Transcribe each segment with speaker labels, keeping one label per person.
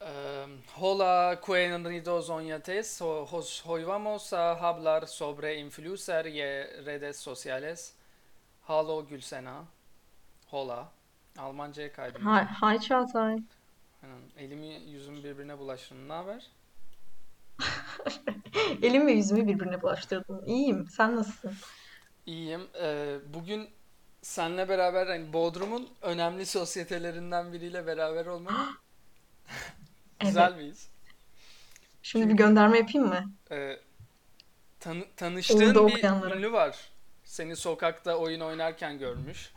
Speaker 1: Ehm, hola cuenridos oñates ho- hos- hoy vamos a hablar sobre influencer y redes sociales. Halo Gülsena. Hola. Almanca'ya kaydım.
Speaker 2: Hi, hi Çağatay.
Speaker 1: Aynen. Elimi yüzümü birbirine bulaştırdım. Ne haber?
Speaker 2: Elim ve yüzümü birbirine bulaştırdın. İyiyim. Sen nasılsın?
Speaker 1: İyiyim. Ee, bugün seninle beraber hani Bodrum'un önemli sosyetelerinden biriyle beraber olmak
Speaker 2: Evet.
Speaker 1: güzel bir his.
Speaker 2: Şimdi bir
Speaker 1: Çünkü
Speaker 2: gönderme yapayım mı?
Speaker 1: e, tanı-
Speaker 2: Orada
Speaker 1: tanıştığın bir
Speaker 2: okuyanlara.
Speaker 1: ünlü var. Seni sokakta oyun oynarken görmüş.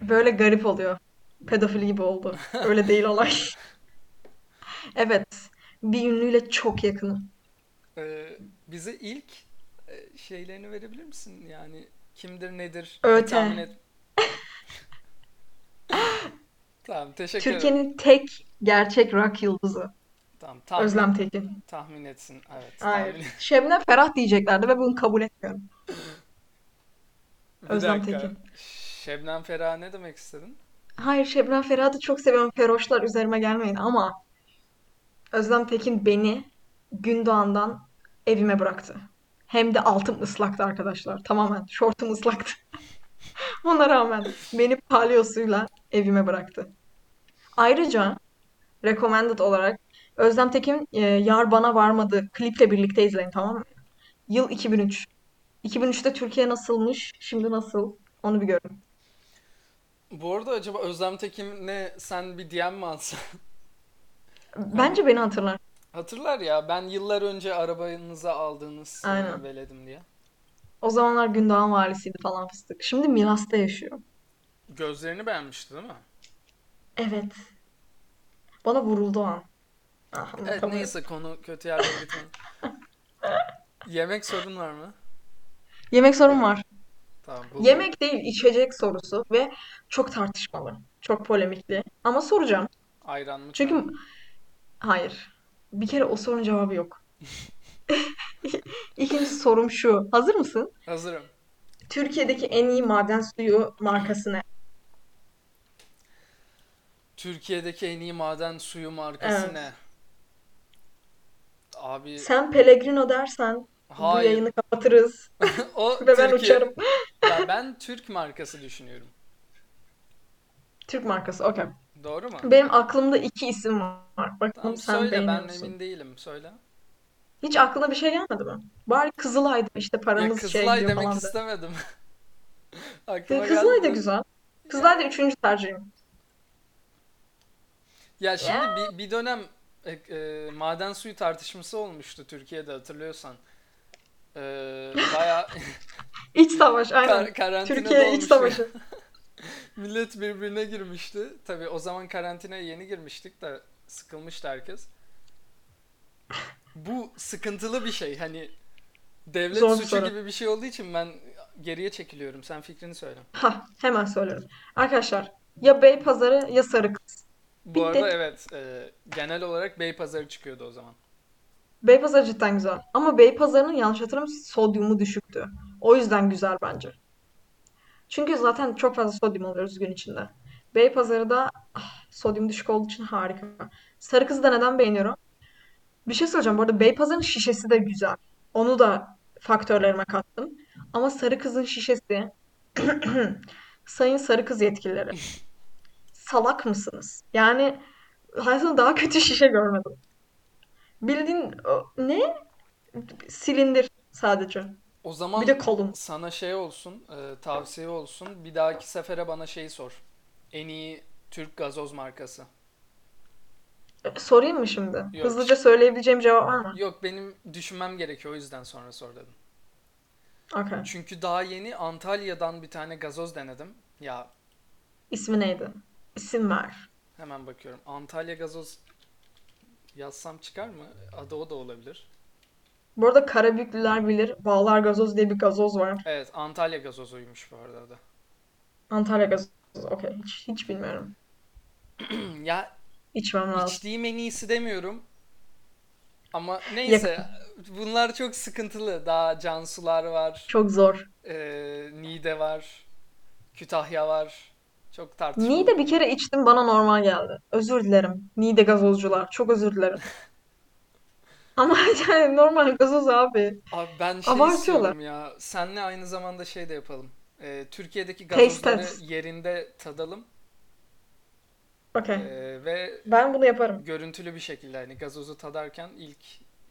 Speaker 2: Böyle garip oluyor. Pedofili gibi oldu. Öyle değil olay. Evet. Bir ünlüyle çok yakınım.
Speaker 1: Ee, bize ilk e, şeylerini verebilir misin? Yani kimdir nedir? Bir tahmin
Speaker 2: Öte.
Speaker 1: et. Tamam, teşekkür ederim.
Speaker 2: Türkiye'nin tek gerçek rock yıldızı.
Speaker 1: Tamam, tahmin
Speaker 2: Özlem Tekin.
Speaker 1: tahmin etsin. Evet, tahmin.
Speaker 2: Hayır. Şebnem Ferah diyeceklerdi ve bunu kabul etmiyorum.
Speaker 1: Bir
Speaker 2: Özlem
Speaker 1: dakika.
Speaker 2: Tekin.
Speaker 1: Şebnem Ferah ne demek istedin?
Speaker 2: Hayır Şebnem Ferah'ı da çok seviyorum. Feroşlar üzerime gelmeyin ama Özlem Tekin beni Gündoğan'dan evime bıraktı. Hem de altım ıslaktı arkadaşlar. Tamamen şortum ıslaktı. Ona rağmen beni palyosuyla evime bıraktı. Ayrıca recommended olarak Özlem Tekin e, Yar Bana Varmadı kliple birlikte izleyin tamam mı? Yıl 2003. 2003'te Türkiye nasılmış, şimdi nasıl? Onu bir görün.
Speaker 1: Bu arada acaba Özlem Tekin'le sen bir DM mi atsan? Hani
Speaker 2: Bence beni hatırlar.
Speaker 1: hatırlar ya ben yıllar önce arabanıza aldığınız e,
Speaker 2: Aynen.
Speaker 1: veledim diye.
Speaker 2: O zamanlar Gündoğan valisiydi falan fıstık. Şimdi Milas'ta yaşıyor.
Speaker 1: Gözlerini beğenmişti değil mi?
Speaker 2: Evet. Bana vuruldu o an. Ah,
Speaker 1: Evet
Speaker 2: anlatamıyorum.
Speaker 1: neyse konu kötü yerlere gitmez. Yemek sorun var mı?
Speaker 2: Yemek sorum var.
Speaker 1: Tamam buldum.
Speaker 2: Yemek değil, içecek sorusu ve çok tartışmalı. Çok polemikli. Ama soracağım.
Speaker 1: Ayran mı kahve
Speaker 2: Çünkü
Speaker 1: mi?
Speaker 2: hayır. Bir kere o sorunun cevabı yok. İkinci sorum şu. Hazır mısın?
Speaker 1: Hazırım.
Speaker 2: Türkiye'deki en iyi maden suyu markası ne?
Speaker 1: Türkiye'deki en iyi maden suyu markası
Speaker 2: Evet.
Speaker 1: ne? Abi
Speaker 2: Sen Pellegrino dersen bu
Speaker 1: E- hayır.
Speaker 2: yayını kapatırız
Speaker 1: O
Speaker 2: ve ben
Speaker 1: Türkiye.
Speaker 2: uçarım.
Speaker 1: Ya ben Türk markası düşünüyorum.
Speaker 2: Türk markası. Okey.
Speaker 1: Doğru mu?
Speaker 2: Benim aklımda iki isim var. Bakalım
Speaker 1: Tamam
Speaker 2: sen
Speaker 1: söyle
Speaker 2: beğeniyor
Speaker 1: ben
Speaker 2: musun?
Speaker 1: emin değilim söyle.
Speaker 2: Hiç aklına bir şey gelmedi mi? Bari Kızılay'da işte
Speaker 1: Ya
Speaker 2: paramız şeye
Speaker 1: Kızılay
Speaker 2: gidiyor
Speaker 1: demek
Speaker 2: şey falan de.
Speaker 1: istemedim.
Speaker 2: De
Speaker 1: Aklıma geldi
Speaker 2: Kızılay da
Speaker 1: de.
Speaker 2: güzel.
Speaker 1: Ya,
Speaker 2: Kızılay da üçüncü tercihim.
Speaker 1: ya
Speaker 2: Ya.
Speaker 1: şimdi bir, bir dönem e, e, maden suyu tartışması olmuştu Türkiye'de hatırlıyorsan. E, baya
Speaker 2: İç savaş
Speaker 1: kar-
Speaker 2: aynen.
Speaker 1: karantinada
Speaker 2: Türkiye iç
Speaker 1: olmuştu.
Speaker 2: savaşı.
Speaker 1: Millet birbirine girmişti. Tabii o zaman karantinaya yeni girmiştik de sıkılmıştı herkes. Bu sıkıntılı bir şey. Hani devlet
Speaker 2: Zor bir
Speaker 1: suçu
Speaker 2: soru.
Speaker 1: gibi bir şey olduğu için ben geriye çekiliyorum. Sen fikrini söyle.
Speaker 2: Ha, hemen söylerim. Arkadaşlar ya Beypazarı ya Sarıkız.
Speaker 1: Bu arada
Speaker 2: Bitti.
Speaker 1: evet e, genel olarak Beypazarı çıkıyordu o zaman.
Speaker 2: Beypazarı cidden güzel. Ama Beypazarı'nın yanlış hatırlamıyorsam sodyumu düşüktü. O yüzden güzel bence. Çünkü zaten çok fazla sodyum alıyoruz gün içinde. Beypazarı'da ah, sodyum düşük olduğu için harika. Sarıkız'ı da neden beğeniyorum? Bir şey söyleyeceğim. Bu arada Beypazarı'nın şişesi de güzel. Onu da faktörlerime kattım. Ama Sarıkız'ın şişesi... Sayın Sarıkız yetkilileri. Salak mısınız? Yani hayatımda daha kötü şişe görmedim. Bildiğin o- ne? Silindir sadece.
Speaker 1: O
Speaker 2: Bir
Speaker 1: zaman
Speaker 2: de kolum.
Speaker 1: sana şey olsun, e, tavsiye olsun. Bir dahaki sefere bana şeyi sor. En iyi Türk gazoz markası.
Speaker 2: Sorayım mı şimdi?
Speaker 1: Yok.
Speaker 2: Hızlıca söyleyebileceğim cevap var mı?
Speaker 1: Yok benim düşünmem gerekiyor o yüzden sonra sor dedim.
Speaker 2: Okay.
Speaker 1: Çünkü daha yeni Antalya'dan bir tane gazoz denedim. Ya
Speaker 2: İsmi neydi? İsim ver.
Speaker 1: hemen bakıyorum. Antalya gazoz yazsam çıkar mı? Adı o da olabilir.
Speaker 2: Bu arada Karabüklüler bilir. Bağlar Gazoz diye bir gazoz var.
Speaker 1: Evet, Antalya gazozuymuş bu arada adı.
Speaker 2: Antalya gazozu. Okey. Hiç, hiç bilmiyorum.
Speaker 1: Hmm, Ya
Speaker 2: İçmem lazım.
Speaker 1: içtiğim en iyisi demiyorum ama neyse
Speaker 2: Yakın.
Speaker 1: bunlar çok sıkıntılı. Daha Cansular var,
Speaker 2: Çok zor.
Speaker 1: e, Niğde var, Kütahya var. Çok tartışmalı
Speaker 2: Niğde bir
Speaker 1: konu.
Speaker 2: kere içtim bana normal geldi. Özür dilerim. Niğde gazozcular. Çok özür dilerim. Ama yani normal gazoz abi.
Speaker 1: Abi ben şey
Speaker 2: Abartıyorlar.
Speaker 1: istiyorum ya. Senle aynı zamanda şey de yapalım. Ee, Türkiye'deki
Speaker 2: Taste
Speaker 1: gazozları
Speaker 2: test.
Speaker 1: yerinde tadalım
Speaker 2: Okey.
Speaker 1: Ee, ve
Speaker 2: Ben bunu yaparım.
Speaker 1: görüntülü bir şekilde hani gazozu tadarken ilk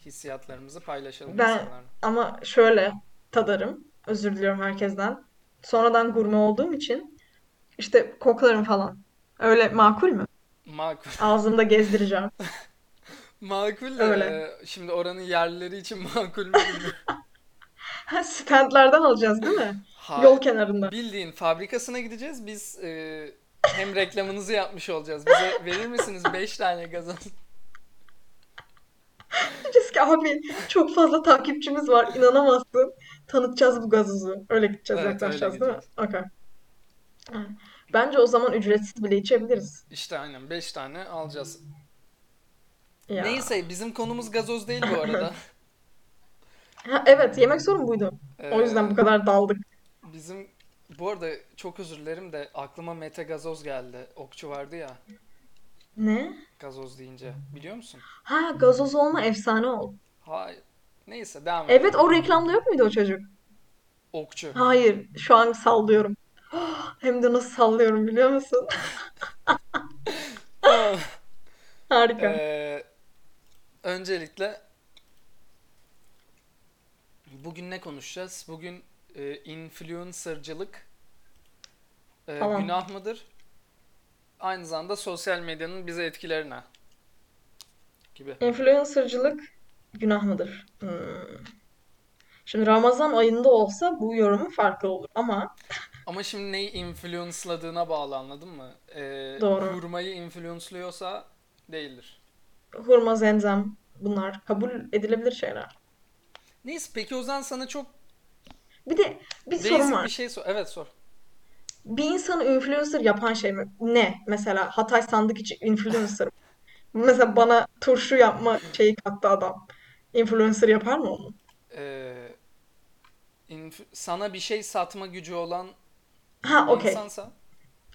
Speaker 1: hissiyatlarımızı paylaşalım
Speaker 2: Ben
Speaker 1: insanlarla.
Speaker 2: ama şöyle tadarım. Özür diliyorum herkesten. Sonradan gurme olduğum için işte koklarım falan. Öyle makul mü?
Speaker 1: Makul.
Speaker 2: Ağzımda gezdireceğim.
Speaker 1: Makul de
Speaker 2: Öyle.
Speaker 1: e, şimdi oranın yerlileri için makul mü bilmiyorum.
Speaker 2: Ha, Standlardan alacağız değil mi? Yol
Speaker 1: Hayır.
Speaker 2: kenarında.
Speaker 1: Bildiğin fabrikasına gideceğiz. Biz e, hem reklamınızı yapmış olacağız. Bize verir misiniz 5 tane gazoz?
Speaker 2: Diyeceğiz ki abi çok fazla takipçimiz var. inanamazsın. Tanıtacağız bu gazozu. Öyle gideceğiz,
Speaker 1: Evet öyle
Speaker 2: yaklaşacağız değil mi?
Speaker 1: gideceğiz.
Speaker 2: Okey. Ha. Bence o zaman ücretsiz bile içebiliriz.
Speaker 1: İşte aynen 5 tane alacağız.
Speaker 2: Ya.
Speaker 1: Neyse bizim konumuz gazoz değil bu arada.
Speaker 2: Ha, evet, yemek sorun buydu. O yüzden bu
Speaker 1: Ee,
Speaker 2: kadar daldık.
Speaker 1: bizim bu arada çok özür dilerim de aklıma Mete Gazoz geldi. Okçu vardı ya
Speaker 2: Ne?
Speaker 1: gazoz deyince. Biliyor musun?
Speaker 2: Ha, gazoz olma efsane ol.
Speaker 1: Hayır. Neyse devam
Speaker 2: Evet,
Speaker 1: edelim.
Speaker 2: o reklamda yok muydu o çocuk?
Speaker 1: Okçu.
Speaker 2: Hayır, şu an sallıyorum. Hem de nasıl sallıyorum biliyor musun?
Speaker 1: Tamam.
Speaker 2: Harika.
Speaker 1: Ee, öncelikle bugün ne konuşacağız? Bugün e, influencercılık e,
Speaker 2: Tamam.
Speaker 1: günah mıdır? Aynı zamanda sosyal medyanın bize etkilerine gibi.
Speaker 2: Influencer'cılık günah mıdır? Hmm. Şimdi Ramazan ayında olsa bu yorumun farklı olur ama
Speaker 1: Ama şimdi neyi influence'ladığına bağlı anladın mı? Ee,
Speaker 2: doğru.
Speaker 1: hurmayı influence'lıyorsa değildir.
Speaker 2: Hurma, zemzem bunlar kabul edilebilir şeyler.
Speaker 1: Neyse peki o zaman sana çok
Speaker 2: Bir de bir sorun
Speaker 1: basic bir
Speaker 2: var.
Speaker 1: şey sor. Evet sor.
Speaker 2: Bir insanı influencer yapan şey mi? Ne? Mesela Hatay sandık için influencer. Mesela bana turşu yapma şeyi kattı adam. Influencer yapar mı onu?
Speaker 1: Ee, inf- sana bir şey satma gücü olan
Speaker 2: Ha,
Speaker 1: bir
Speaker 2: okey.
Speaker 1: insansa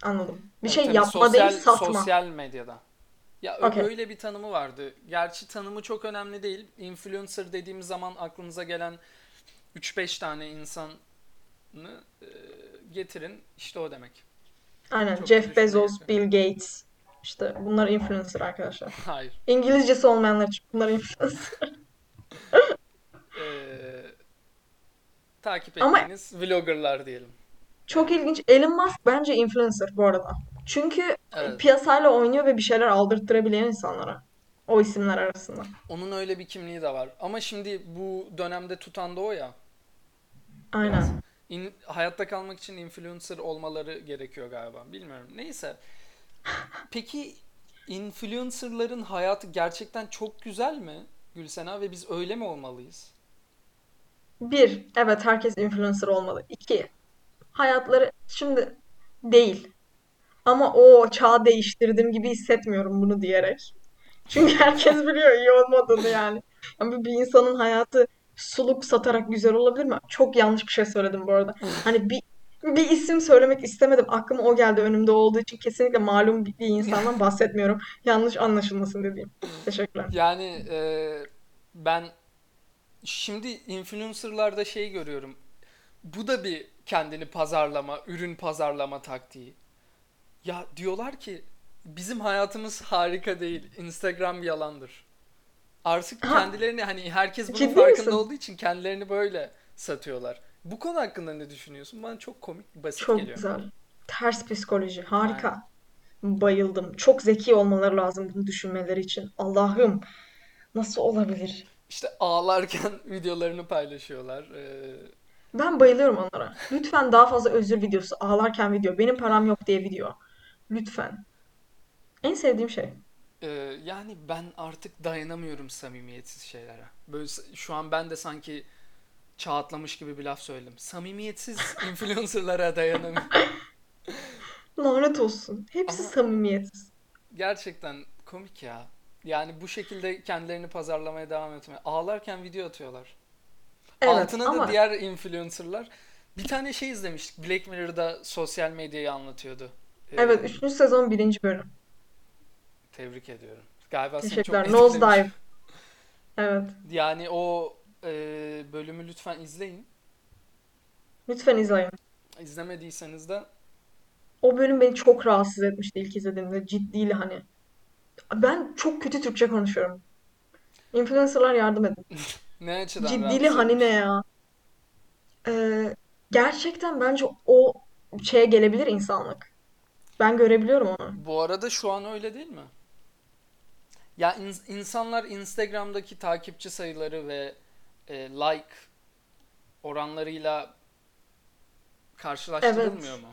Speaker 2: Anladım. Bir
Speaker 1: Evet
Speaker 2: şey
Speaker 1: tabii
Speaker 2: yapma değil,
Speaker 1: sosyal
Speaker 2: satma.
Speaker 1: sosyal medyada. Ya ö-
Speaker 2: Okey.
Speaker 1: öyle bir tanımı vardı. Gerçi tanımı çok önemli değil. Influencer dediğimiz zaman aklımıza gelen 3-5 tane insanı e, getirin. İşte o demek.
Speaker 2: Aynen.
Speaker 1: Çok şey. da
Speaker 2: Jeff
Speaker 1: düşünmeye
Speaker 2: Bezos,
Speaker 1: gerek yok.
Speaker 2: Bill Gates. İşte bunlar influencer arkadaşlar.
Speaker 1: Hayır.
Speaker 2: İngilizcesi olmayanlar için bunlar influencer.
Speaker 1: Ee, takip
Speaker 2: Ama
Speaker 1: ettiğiniz vloggerlar diyelim.
Speaker 2: çok
Speaker 1: Yani
Speaker 2: ilginç. Elon Musk bence influencer bu arada. Çünkü
Speaker 1: evet.
Speaker 2: piyasayla oynuyor ve bir şeyler aldırttırabilen insanlara. O isimler arasında.
Speaker 1: Onun öyle bir kimliği de var. Ama şimdi bu dönemde tutan da o ya biraz.
Speaker 2: Aynen.
Speaker 1: İn- hayatta kalmak için influencer olmaları gerekiyor galiba. Bilmiyorum. Neyse. Peki influencerların hayatı gerçekten çok güzel mi Gülsena ve biz öyle mi olmalıyız?
Speaker 2: Bir, evet herkes influencer olmalı. İki, hayatları şimdi değil. Ama o çağ değiştirdim gibi hissetmiyorum bunu diyerek. Çünkü herkes biliyor iyi olmadığını yani. Yani bir insanın hayatı suluk satarak güzel olabilir mi? Çok yanlış bir şey söyledim bu arada. Hani bir bir isim söylemek istemedim. Aklıma o geldi önümde olduğu için kesinlikle malum bir insandan bahsetmiyorum. Yanlış anlaşılmasın dediğim. Teşekkürler.
Speaker 1: Yani e, ben şimdi influencerlarda şey görüyorum. Bu da bir kendini pazarlama, ürün pazarlama taktiği. Ya diyorlar ki bizim hayatımız harika değil. Instagram yalandır. Artık
Speaker 2: Ha,
Speaker 1: kendilerini hani herkes bunun
Speaker 2: ciddi
Speaker 1: farkında
Speaker 2: misin?
Speaker 1: olduğu için kendilerini böyle satıyorlar. Bu konu hakkında ne düşünüyorsun? Bana çok komik, basit
Speaker 2: Çok
Speaker 1: geliyor.
Speaker 2: güzel. Ters psikoloji.
Speaker 1: Aynen.
Speaker 2: Harika. Bayıldım. Çok zeki olmaları lazım bunu düşünmeleri için. Allah'ım nasıl olabilir?
Speaker 1: İşte ağlarken videolarını paylaşıyorlar. Ee,
Speaker 2: Ben bayılıyorum onlara. Lütfen daha fazla özür videosu, ağlarken video, benim param yok diye video. Lütfen. En sevdiğim şey.
Speaker 1: e, yani ben artık dayanamıyorum samimiyetsiz şeylere. Böyle s- şu an ben de sanki çağatlamış gibi bir laf söyledim. Samimiyetsiz influencerlara dayanamıyorum.
Speaker 2: Lanet olsun. Hepsi
Speaker 1: Ama
Speaker 2: samimiyetsiz.
Speaker 1: Gerçekten komik ya. Yani bu şekilde kendilerini pazarlamaya devam etme. Ağlarken video atıyorlar.
Speaker 2: Evet
Speaker 1: Altına da
Speaker 2: ama
Speaker 1: diğer influencerlar. Bir tane şey izlemiştik. Black Mirror'da sosyal medyayı anlatıyordu.
Speaker 2: Evet,
Speaker 1: Ee,
Speaker 2: 3. sezon 1. bölüm.
Speaker 1: tebrik ediyorum. Galiba seni çok
Speaker 2: Teşekkürler.
Speaker 1: etkilemiş.
Speaker 2: Nosedive. Evet.
Speaker 1: Yani o e, bölümü lütfen izleyin.
Speaker 2: Lütfen izleyin.
Speaker 1: İzlemediyseniz de
Speaker 2: O bölüm beni çok rahatsız etmişti ilk izlediğimde. Ciddiydi hani. Ben çok kötü Türkçe konuşuyorum. Influencerlar yardım edin.
Speaker 1: ne açıdan
Speaker 2: Ciddili
Speaker 1: rahatsız
Speaker 2: hani ne
Speaker 1: etmişti?
Speaker 2: ya? Ee, gerçekten bence o şeye gelebilir insanlık. Ben görebiliyorum onu.
Speaker 1: Bu arada şu an öyle değil mi? Ya in- insanlar Instagram'daki takipçi sayıları ve e, like oranlarıyla karşılaştırılmıyor
Speaker 2: Evet.
Speaker 1: mu?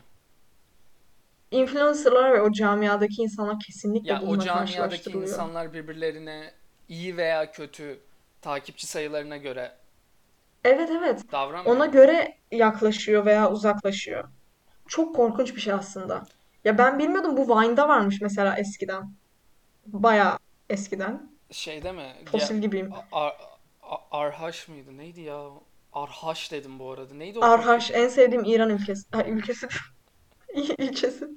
Speaker 2: Influencerlar ve o camiadaki insanlar kesinlikle
Speaker 1: Ya o
Speaker 2: bununla
Speaker 1: camiadaki
Speaker 2: karşılaştırılıyor.
Speaker 1: insanlar birbirlerine iyi veya kötü takipçi sayılarına göre
Speaker 2: Evet evet.
Speaker 1: davranmıyor
Speaker 2: Ona
Speaker 1: mu?
Speaker 2: göre yaklaşıyor veya uzaklaşıyor. Çok korkunç bir şey aslında. Ya ben bilmiyordum bu Vine'da varmış mesela eskiden. Bayağı eskiden.
Speaker 1: Şey deme ya
Speaker 2: Fosil gibiyim.
Speaker 1: A- Ar- A- Arhaş mıydı? Neydi ya? Arhaş dedim bu arada. Neydi o
Speaker 2: Arhaş
Speaker 1: Türkiye'de?
Speaker 2: en sevdiğim İran ülkesi. Ha, ülkesi. ilçesi.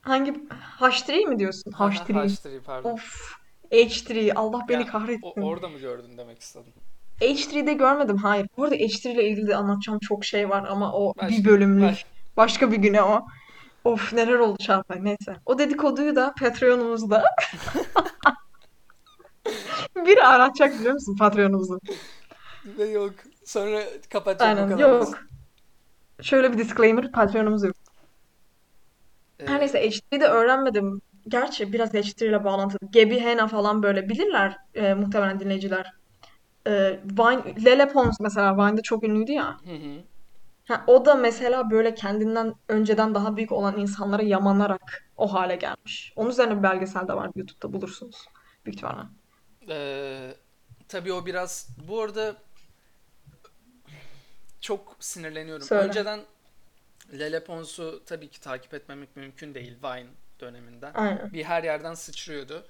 Speaker 2: Hangi? H3 mi diyorsun? H3.
Speaker 1: Haştri pardon.
Speaker 2: Of. H3. Allah beni
Speaker 1: Ya o,
Speaker 2: kahretsin.
Speaker 1: orada mı gördün demek istedim.
Speaker 2: H3'de görmedim. Hayır. Bu arada H3 ile ilgili de anlatacağım çok şey var ama o bir
Speaker 1: Başka baş,
Speaker 2: bölümlük. Başka bir güne o. Of neler oldu Çağatay. Neyse. O dedikoduyu da Patreon'umuzda biri aratacak biliyor musun Patreon'umuzu?
Speaker 1: Ve yok. Sonra kapatacak o
Speaker 2: Aynen.
Speaker 1: kadar basit.
Speaker 2: Yok. Şöyle bir disclaimer. Patreon'umuz yok. Her
Speaker 1: Ee,
Speaker 2: neyse H3'de öğrenmedim. Gerçi biraz H3 ile bağlantılı. Gebi Hena falan böyle bilirler e, muhtemelen dinleyiciler. E, Vine, Lele Pons mesela Vine'de çok ünlüydü ya.
Speaker 1: hı hı.
Speaker 2: Ha, o da mesela böyle kendinden önceden daha büyük olan insanlara yamanarak o hale gelmiş. Onun üzerine bir belgesel de var YouTube'da bulursunuz. Büyük ihtimalle.
Speaker 1: Ee, tabii o biraz... Bu arada çok sinirleniyorum.
Speaker 2: Söyle.
Speaker 1: Önceden Lele Pons'u tabii ki takip etmemek mümkün değil Vine döneminden.
Speaker 2: Aynen.
Speaker 1: Bir her yerden sıçrıyordu.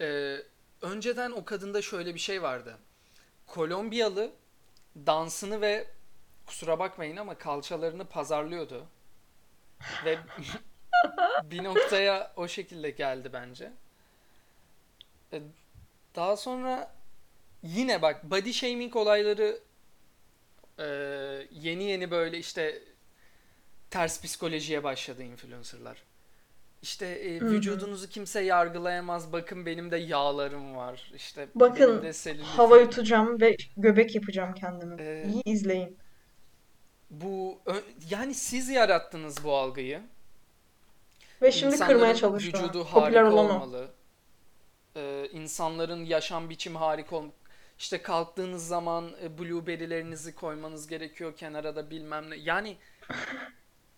Speaker 1: Ee, önceden o kadında şöyle bir şey vardı. Kolombiyalı dansını ve kusura bakmayın ama kalçalarını pazarlıyordu. Ve bir noktaya o şekilde geldi bence. E, Daha sonra yine bak body shaming olayları e, yeni yeni böyle işte ters psikolojiye başladı influencerlar. İşte e,
Speaker 2: Hı-hı.
Speaker 1: vücudunuzu kimse yargılayamaz. Bakın benim de yağlarım var. İşte benim
Speaker 2: Bakın
Speaker 1: de
Speaker 2: hava
Speaker 1: selülitim.
Speaker 2: yutacağım ve göbek yapacağım kendimi.
Speaker 1: E,
Speaker 2: İyi izleyin.
Speaker 1: bu ö- yani siz yarattınız bu algıyı.
Speaker 2: Ve şimdi kırmaya
Speaker 1: İnsanların
Speaker 2: çalışıyor.
Speaker 1: vücudu
Speaker 2: Popüler
Speaker 1: harika
Speaker 2: olan o.
Speaker 1: olmalı. Ee, insanların yaşam biçimi harika olmalı. İşte kalktığınız zaman e, blueberry'lerinizi koymanız gerekiyor kenara da bilmem ne. Yani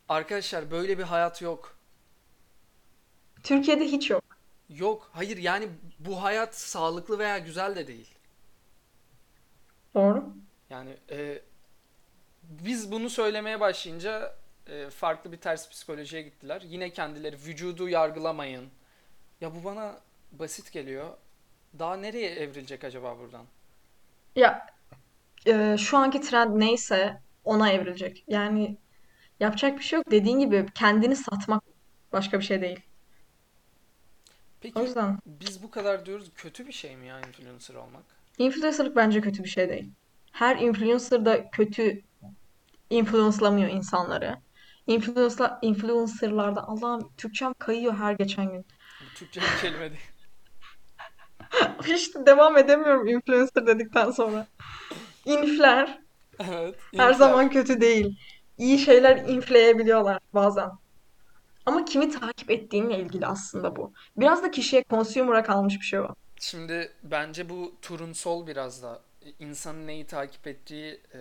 Speaker 1: arkadaşlar böyle bir hayat yok.
Speaker 2: Türkiye'de hiç yok.
Speaker 1: Yok. Hayır yani bu hayat sağlıklı veya güzel de değil.
Speaker 2: Doğru.
Speaker 1: Yani e, biz bunu söylemeye başlayınca e, farklı bir ters psikolojiye gittiler. Yine kendileri vücudu yargılamayın. Ya bu bana basit geliyor. Daha nereye evrilecek acaba buradan?
Speaker 2: Ya e, şu anki trend neyse ona evrilecek. Yani yapacak bir şey yok. Dediğin gibi kendini satmak başka bir şey değil. O
Speaker 1: Peki
Speaker 2: yüzden
Speaker 1: biz bu kadar diyoruz kötü bir şey mi ya influencer olmak?
Speaker 2: influencerlık bence kötü bir şey değil. Her influencer da kötü influence'lamıyor insanları. Influence'la, influencer'larda Allah'ım Türkçem kayıyor her geçen gün.
Speaker 1: Bu Türkçe bir kelime değil.
Speaker 2: Hiç devam edemiyorum influencer dedikten sonra. İnfler
Speaker 1: Evet,
Speaker 2: her zaman
Speaker 1: infler.
Speaker 2: kötü değil. İyi şeyler infleyebiliyorlar bazen. Ama kimi takip ettiğinle ilgili aslında bu. Biraz da kişiye consumer'a kalmış bir şey o.
Speaker 1: Şimdi bence bu turumsol biraz da e, insanın neyi takip ettiği e,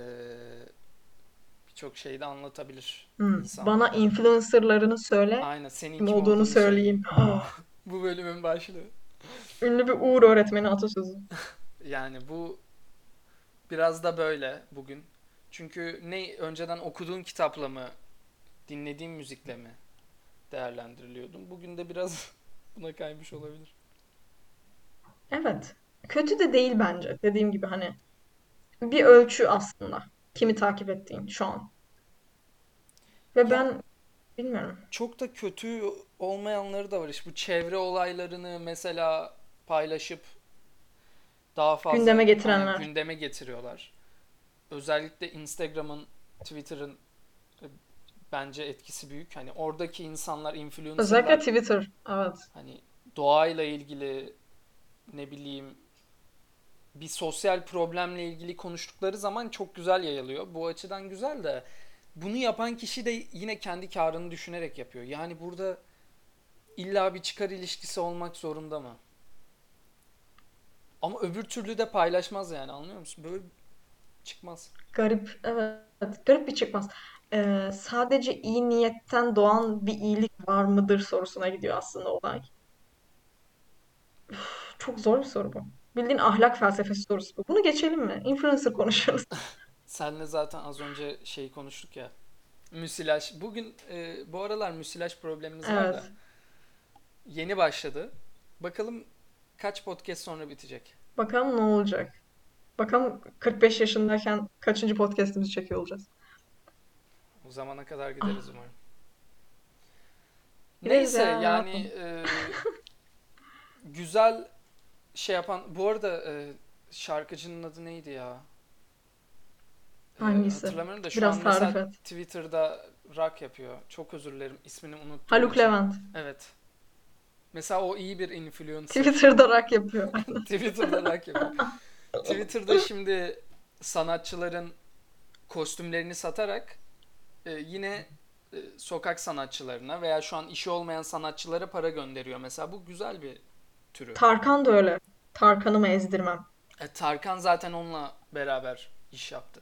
Speaker 1: birçok şeyi de anlatabilir
Speaker 2: Hmm. Bana
Speaker 1: insanlara.
Speaker 2: influencer'larını söyle,
Speaker 1: Aynen senin
Speaker 2: kim
Speaker 1: kim
Speaker 2: olduğunu
Speaker 1: olduğunu söyle.
Speaker 2: söyleyeyim. Ah.
Speaker 1: Bu bölümün başlığı.
Speaker 2: Ünlü bir Uğur öğretmeni atasözü.
Speaker 1: Yani bu biraz da böyle bugün. Çünkü ne önceden okuduğun kitapla mı, dinlediğin müzikle mi değerlendiriliyordun? Bugün de biraz buna kaymış olabilir.
Speaker 2: Evet. Kötü de değil bence. Dediğim gibi hani bir ölçü aslında. Kimi takip ettiğin şu an. Ve
Speaker 1: Ya
Speaker 2: ben Bilmiyorum.
Speaker 1: Çok da kötü olmayanları da var. İşte bu çevre olaylarını mesela paylaşıp daha fazla
Speaker 2: Gündeme
Speaker 1: hani
Speaker 2: getirenler.
Speaker 1: gündeme getiriyorlar. Özellikle Instagram'ın, Twitter'ın e, bence etkisi büyük. Hani oradaki insanlar,
Speaker 2: Özellikle
Speaker 1: influencerlar
Speaker 2: Twitter. Evet.
Speaker 1: hani doğayla ilgili ne bileyim bir sosyal problemle ilgili konuştukları zaman çok güzel yayılıyor. Bu açıdan güzel de bunu yapan kişi de yine kendi karını düşünerek yapıyor. Yani burada illa bir çıkar ilişkisi olmak zorunda mı? Ama öbür türlü de paylaşmaz yani anlıyor musun? Böyle çıkmaz.
Speaker 2: Garip. Evet. Garip bir çıkmaz. Ee, sadece iyi niyetten doğan bir iyilik var mıdır sorusuna gidiyor aslında olay. Çok zor bir soru bu. Bildiğin ahlak felsefesi sorusu bu. Bunu geçelim mi? Influencer konuşuruz.
Speaker 1: Senle zaten az önce şey konuştuk ya. Müsilaj. Bugün e, bu aralar müsilaj problemimiz var da.
Speaker 2: Evet.
Speaker 1: Yeni başladı. Bakalım kaç podcast sonra bitecek.
Speaker 2: Bakalım ne olacak. Bakalım 45 yaşındayken kaçıncı podcast'imizi çekiyor olacağız.
Speaker 1: O zamana kadar gideriz umarım.
Speaker 2: Ah. Gideriz
Speaker 1: Neyse
Speaker 2: ya rahat
Speaker 1: yani
Speaker 2: ol.
Speaker 1: e, güzel şey yapan bu arada e, şarkıcının adı neydi ya? E,
Speaker 2: Hangisi?
Speaker 1: hatırlamıyorum da şu an
Speaker 2: Biraz tarif
Speaker 1: mesela
Speaker 2: et.
Speaker 1: Twitter'da rock yapıyor. Çok özür dilerim ismini unuttuğum
Speaker 2: Haluk
Speaker 1: için.
Speaker 2: Levent.
Speaker 1: Evet. Mesela o iyi bir influencer.
Speaker 2: Twitter'da rock yapıyor.
Speaker 1: Twitter'da rock yapıyor. Twitter'da şimdi sanatçıların kostümlerini satarak e, yine e, sokak sanatçılarına veya şu an işi olmayan sanatçılara para gönderiyor. Mesela bu güzel bir türü.
Speaker 2: Tarkan da öyle. Tarkan'ı mı ezdirmem.
Speaker 1: E, Tarkan zaten onunla beraber iş yaptı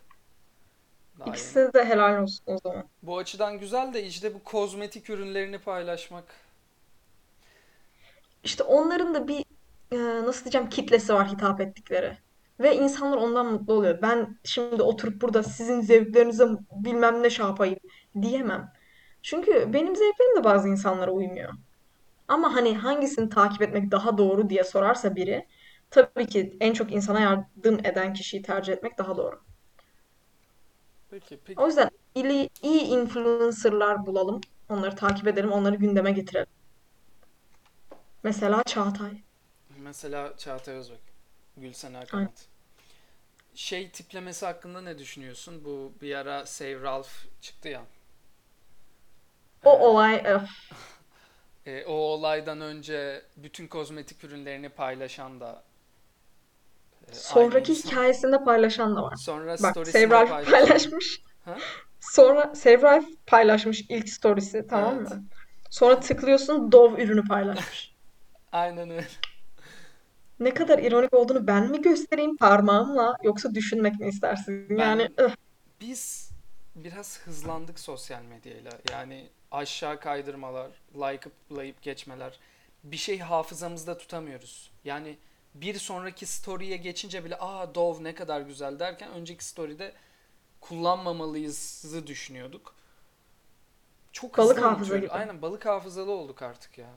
Speaker 1: daha yeni.
Speaker 2: İkisi de helal olsun o zaman.
Speaker 1: Bu açıdan güzel de işte bu kozmetik ürünlerini paylaşmak.
Speaker 2: İşte onların da bir e, nasıl diyeceğim kitlesi var hitap ettikleri. Ve insanlar ondan mutlu oluyor. Ben şimdi oturup burada sizin zevklerinize bilmem ne şey yapayım diyemem. Çünkü benim zevklerim de bazı insanlara uymuyor. Ama hani hangisini takip etmek daha doğru diye sorarsa biri, tabii ki en çok insana yardım eden kişiyi tercih etmek daha doğru.
Speaker 1: Peki, peki.
Speaker 2: O yüzden iyi, iyi influencerlar bulalım, onları takip edelim, onları gündeme getirelim. Mesela Çağatay.
Speaker 1: Mesela Çağatay Özbek, Gülsen
Speaker 2: Aynen.
Speaker 1: Erkanat. Şey tiplemesi hakkında ne düşünüyorsun? Bu bir ara Save Ralph çıktı ya.
Speaker 2: O
Speaker 1: Ee,
Speaker 2: olay öf,
Speaker 1: E, o olaydan önce bütün kozmetik ürünlerini paylaşan da e, aynı
Speaker 2: sonraki
Speaker 1: insan.
Speaker 2: hikayesinde paylaşan da var.
Speaker 1: Sonra
Speaker 2: Bak
Speaker 1: storiesinde
Speaker 2: Sevral
Speaker 1: paylaşan.
Speaker 2: paylaşmış.
Speaker 1: Ha?
Speaker 2: Sonra Sevral paylaşmış ilk storiesi tamam
Speaker 1: Evet.
Speaker 2: mı? Sonra tıklıyorsun Dove ürünü paylaşmış.
Speaker 1: Aynen öyle.
Speaker 2: Ne kadar ironik olduğunu ben mi göstereyim parmağımla yoksa düşünmek mi istersin? Yani
Speaker 1: Ben
Speaker 2: öf,
Speaker 1: biz biraz hızlandık sosyal medyayla. Yani aşağı kaydırmalar, like'layıp geçmeler. Bir şey hafızamızda tutamıyoruz. Yani bir sonraki story'ye geçince bile aa Dove ne kadar güzel derken önceki story'de kullanmamalıyız'ı düşünüyorduk. Çok hızlı
Speaker 2: balık hafıza
Speaker 1: unutuyoruz.
Speaker 2: gibi.
Speaker 1: Aynen balık hafızalı olduk artık ya.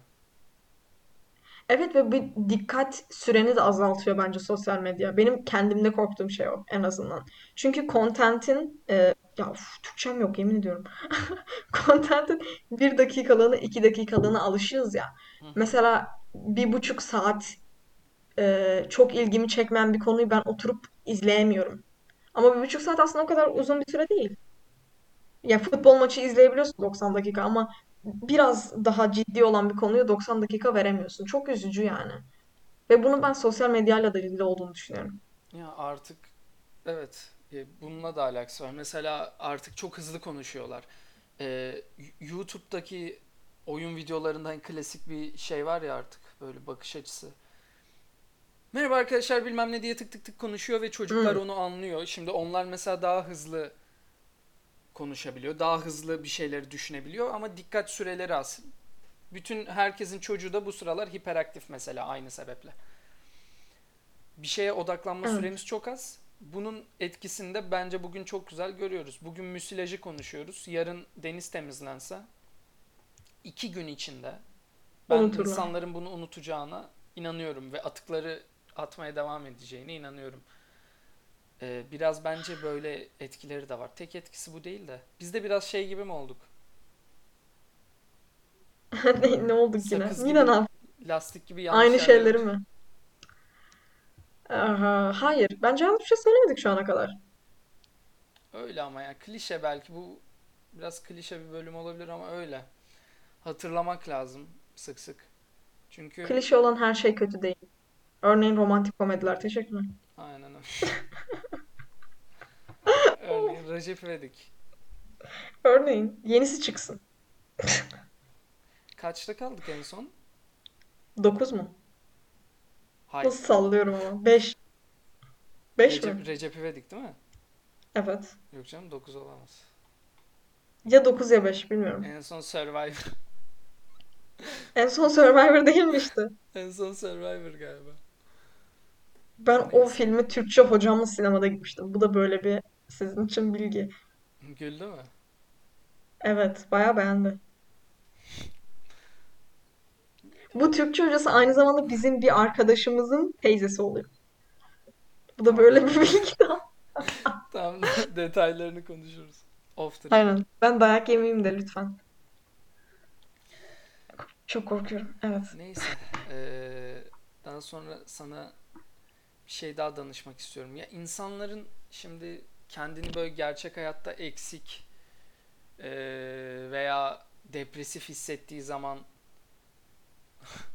Speaker 2: Evet ve bir dikkat süreni de azaltıyor bence sosyal medya. Benim kendimde korktuğum şey o en azından. Çünkü contentin e, ya uf, Türkçem yok yemin ediyorum. Contentin bir dakikalığını iki dakikalığına alışığız ya.
Speaker 1: Hı hı.
Speaker 2: Mesela bir buçuk saat e, çok ilgimi çekmeyen bir konuyu ben oturup izleyemiyorum. Ama bir buçuk saat aslında o kadar uzun bir süre değil. Ya futbol maçı izleyebiliyorsun 90 dakika ama biraz daha ciddi olan bir konuya 90 dakika veremiyorsun. Çok üzücü yani. Ve bunu ben sosyal medyayla da ilgili olduğunu düşünüyorum.
Speaker 1: Ya artık evet e, bununla da alakası var. Mesela artık çok hızlı konuşuyorlar. Ee, Y- YouTube'daki oyun videolarından klasik bir şey var ya artık böyle bakış açısı. Merhaba arkadaşlar bilmem ne diye tık tık tık konuşuyor ve çocuklar
Speaker 2: Hmm.
Speaker 1: onu anlıyor. Şimdi onlar mesela daha hızlı konuşabiliyor, daha hızlı bir şeyleri düşünebiliyor ama dikkat süreleri az. Bütün herkesin çocuğu da bu sıralar hiperaktif mesela aynı sebeple bir şeye odaklanma süremiz
Speaker 2: Evet.
Speaker 1: çok az. Bunun etkisini de bence bugün çok güzel görüyoruz. Bugün müsilajı konuşuyoruz. Yarın deniz temizlense iki gün içinde ben
Speaker 2: Unuturlar.
Speaker 1: insanların bunu unutacağına inanıyorum ve atıkları atmaya devam edeceğine inanıyorum. Ee, biraz bence böyle etkileri de var. Tek etkisi bu değil de. Biz de biraz şey gibi mi olduk?
Speaker 2: Ne, ne olduk yine?
Speaker 1: Sakız
Speaker 2: Yine ne
Speaker 1: gibi,
Speaker 2: yaptık?
Speaker 1: lastik gibi yanlış
Speaker 2: Aynı
Speaker 1: yerlere
Speaker 2: şeyleri
Speaker 1: gittik.
Speaker 2: mi? Aha, hayır. Bence yanlış bir şey söylemedik şu ana kadar.
Speaker 1: Öyle ama ya klişe belki bu biraz klişe bir bölüm olabilir ama öyle. Hatırlamak lazım sık sık. Çünkü
Speaker 2: Klişe olan her şey kötü değil. Örneğin romantik komediler. Teşekkürler.
Speaker 1: aynen öyle. Örneğin Recep İvedik.
Speaker 2: Örneğin yenisi çıksın.
Speaker 1: Kaçta kaldık en son?
Speaker 2: 9 mu?
Speaker 1: Hayır.
Speaker 2: Nasıl sallıyorum ama? 5. 5 mi?
Speaker 1: Recep, Recep İvedik değil mi?
Speaker 2: Evet.
Speaker 1: Yok canım 9 olamaz.
Speaker 2: Ya 9 ya 5 bilmiyorum.
Speaker 1: En son Survivor.
Speaker 2: En son Survivor değilmişti.
Speaker 1: En son Survivor galiba.
Speaker 2: Ben o
Speaker 1: Neyse.
Speaker 2: filmi Türkçe hocamla sinemada gitmiştim. Bu da böyle bir sizin için bilgi.
Speaker 1: Güldü mü?
Speaker 2: Evet, bayağı beğendi. Bu Türkçe hocası aynı zamanda bizim bir arkadaşımızın teyzesi oluyor. Bu da
Speaker 1: Tamam.
Speaker 2: böyle bir bilgi daha.
Speaker 1: Tamam detaylarını konuşuruz. Off the record.
Speaker 2: Aynen. Ben dayak yemeyeyim de lütfen. Çok korkuyorum. Evet.
Speaker 1: Neyse. eee, daha sonra sana bir şey daha danışmak istiyorum. Ya insanların şimdi kendini böyle gerçek hayatta eksik eee, veya depresif hissettiği zaman